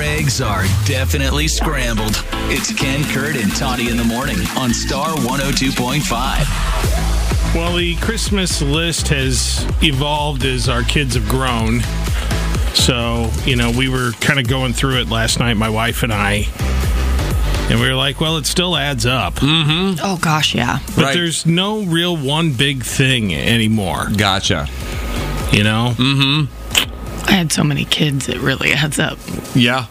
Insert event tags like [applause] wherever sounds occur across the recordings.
Eggs are definitely scrambled. It's Ken Kurt and Toddy in the morning on Star 102.5. Well, the Christmas list has evolved as our kids have grown. So, you know, we were kind of going through it last night, my wife and I. And we were like, well, it still adds up. Oh gosh, yeah. But Mm, Right. there's no real one big thing anymore, Gotcha. Mm. you know? I had so many kids, it really adds up. Yeah.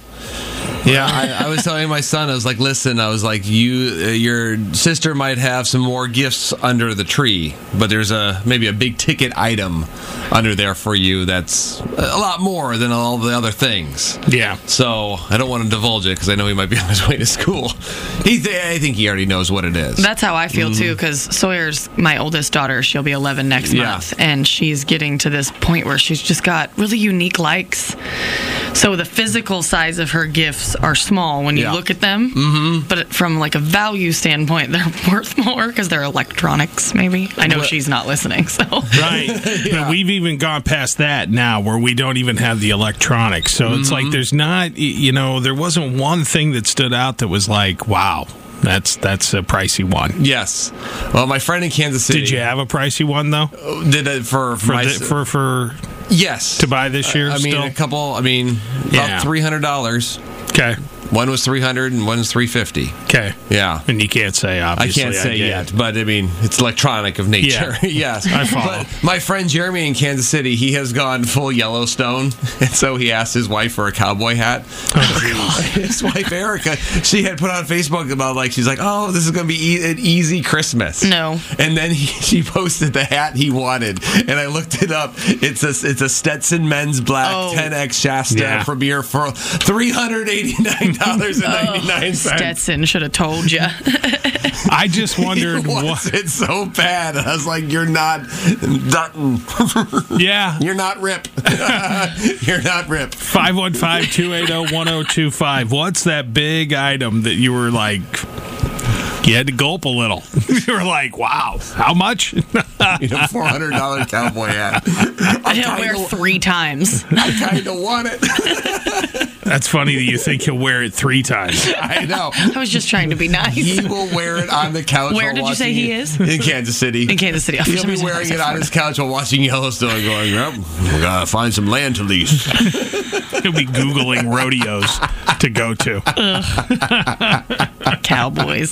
Yeah, I, I was telling my son, I was like, "Listen, I was like, you, uh, your sister might have some more gifts under the tree, but there's a maybe a big ticket item under there for you that's a lot more than all the other things." Yeah. So I don't want to divulge it because I know he might be [laughs] on his way to school. He, th- I think he already knows what it is. That's how I feel too, because Sawyer's my oldest daughter. She'll be 11 next Yeah. month, and she's getting to this point where she's just got really unique likes. So the physical size of her gifts are small when you Yeah. look at them, mm-hmm. but from like a value standpoint, [laughs] they're worth more because they're electronics. Maybe I know she's not listening, [laughs] so [laughs] Right. But we've even gone past that now where we don't even have the electronics. So it's Mm-hmm. like there's not y- you know, there wasn't one thing that stood out that was like, wow, that's that's a pricey one. yes. Well, my friend in Kansas City Did you have a pricey one though? did it for For my the, s- for for yes to buy this year I mean, still? a couple. I mean, Yeah. about three hundred dollars. Okay. One was three hundred, and one's three fifty. Okay. Yeah. And you can't say I obviously. can't say get yet, it. but I mean, it's electronic of nature. Yeah. [laughs] yes. I follow. But my friend Jeremy in Kansas City, he has gone full Yellowstone. [laughs] And so he asked his wife for a cowboy hat. Oh, [laughs] his wife, Erica, she had put on Facebook about, like, she's like, oh, this is going to be e- an easy Christmas. No. And then he, [laughs] she posted the hat he wanted. And I looked it up. It's a, it's a Stetson men's black Oh. 10X Shasta Yeah. Premier for $389.99. Stetson should have told you. I just wondered [laughs] He what wants it so bad. I was like, "You're not Dutton. Yeah. You're not Rip. [laughs] You're not Rip." oh, 515-280-1025. What's that big item that you were like you had to gulp a little. [laughs] You were like, "Wow, how much?" [laughs] You know, four hundred dollar cowboy hat. I didn't [laughs] wear three times. I kind of want it. [laughs] That's funny that you think he'll wear it three times. I know. I was just trying to be nice. He will wear it on the couch. Where while did you say watching- he is? In Kansas City. In Kansas City. Oh, for He'll some be reason I thought wearing you it said on his couch while watching Yellowstone, going, "Yep, we gotta find some land [laughs] to lease." He'll be googling rodeos to go to. Cowboys.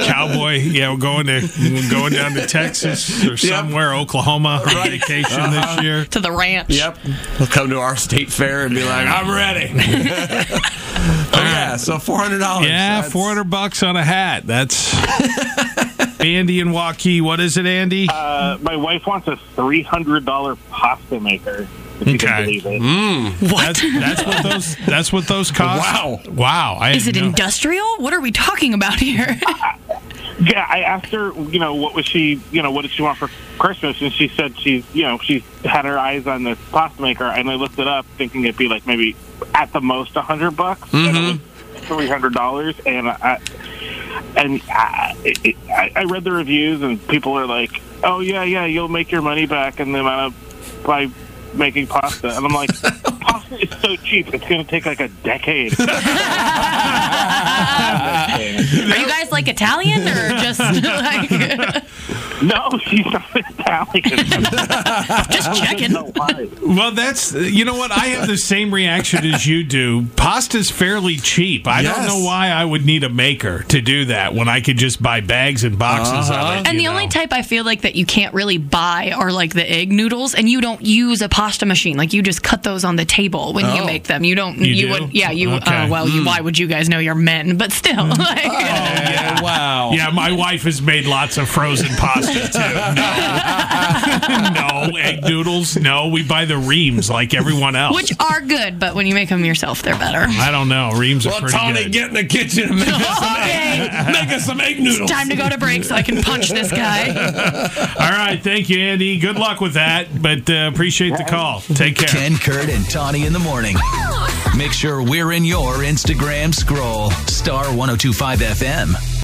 Cowboy, yeah, we're going to we're going down to Texas or somewhere, Oklahoma on vacation Uh-huh. this year. to the ranch. Yep. He'll come to our state fair and be like, "I'm ready." oh Uh-huh. yeah, so four hundred dollars. Yeah, four hundred bucks on a hat. That's Andy and Waukee. What is it, Andy? Uh, my wife wants a three hundred dollar pasta maker. If you Okay. can believe it. That's, that's what those. That's what those cost. Wow. wow. I Is it didn't know. industrial? What are we talking about [laughs] here? Yeah, I asked her, you know, what was she, you know, what did she want for Christmas, and she said she's, you know, she's had her eyes on this pasta maker, and I looked it up, thinking it'd be like maybe at the most a hundred bucks, three hundred dollars, and I, and I, it, I, I read the reviews, and people are like, oh yeah, yeah, you'll make your money back in the amount of by making pasta, and I'm like, pasta is so cheap, it's going to take like a decade. are [laughs] you guys like Italian [laughs] or just [laughs] like no, she's not Italian. just checking? No, why? Well, that's you know what I have the same reaction as you do. Pasta's fairly cheap. I Yes. don't know why I would need a maker to do that when I could just buy bags and boxes Uh-huh. of it. And the you only know. type I feel like that you can't really buy are like the egg noodles, and you don't use a pasta machine. Like you just cut those on the table when you Oh. make them. You don't. You do? would. Yeah. You. Okay. Hmm. Uh, well, you, why would you guys know you're men? But still, [laughs] like, Yeah, wow. yeah, my wife has made lots of frozen pasta too. No, [laughs] no egg noodles. No, we buy the reams like everyone else. which are good, but when you make them yourself, [laughs] they're better. [laughs] I don't know. Reams are pretty good. get in the kitchen and make Okay, [laughs] make us some egg noodles. time to go to break so I can punch [laughs] this guy. All right, thank you, Andy. Good luck with that, but uh, appreciate the call. Take care. Ken Kurt and Toddy in the morning. oh Make sure we're in your Instagram scroll. Star 1025 FM.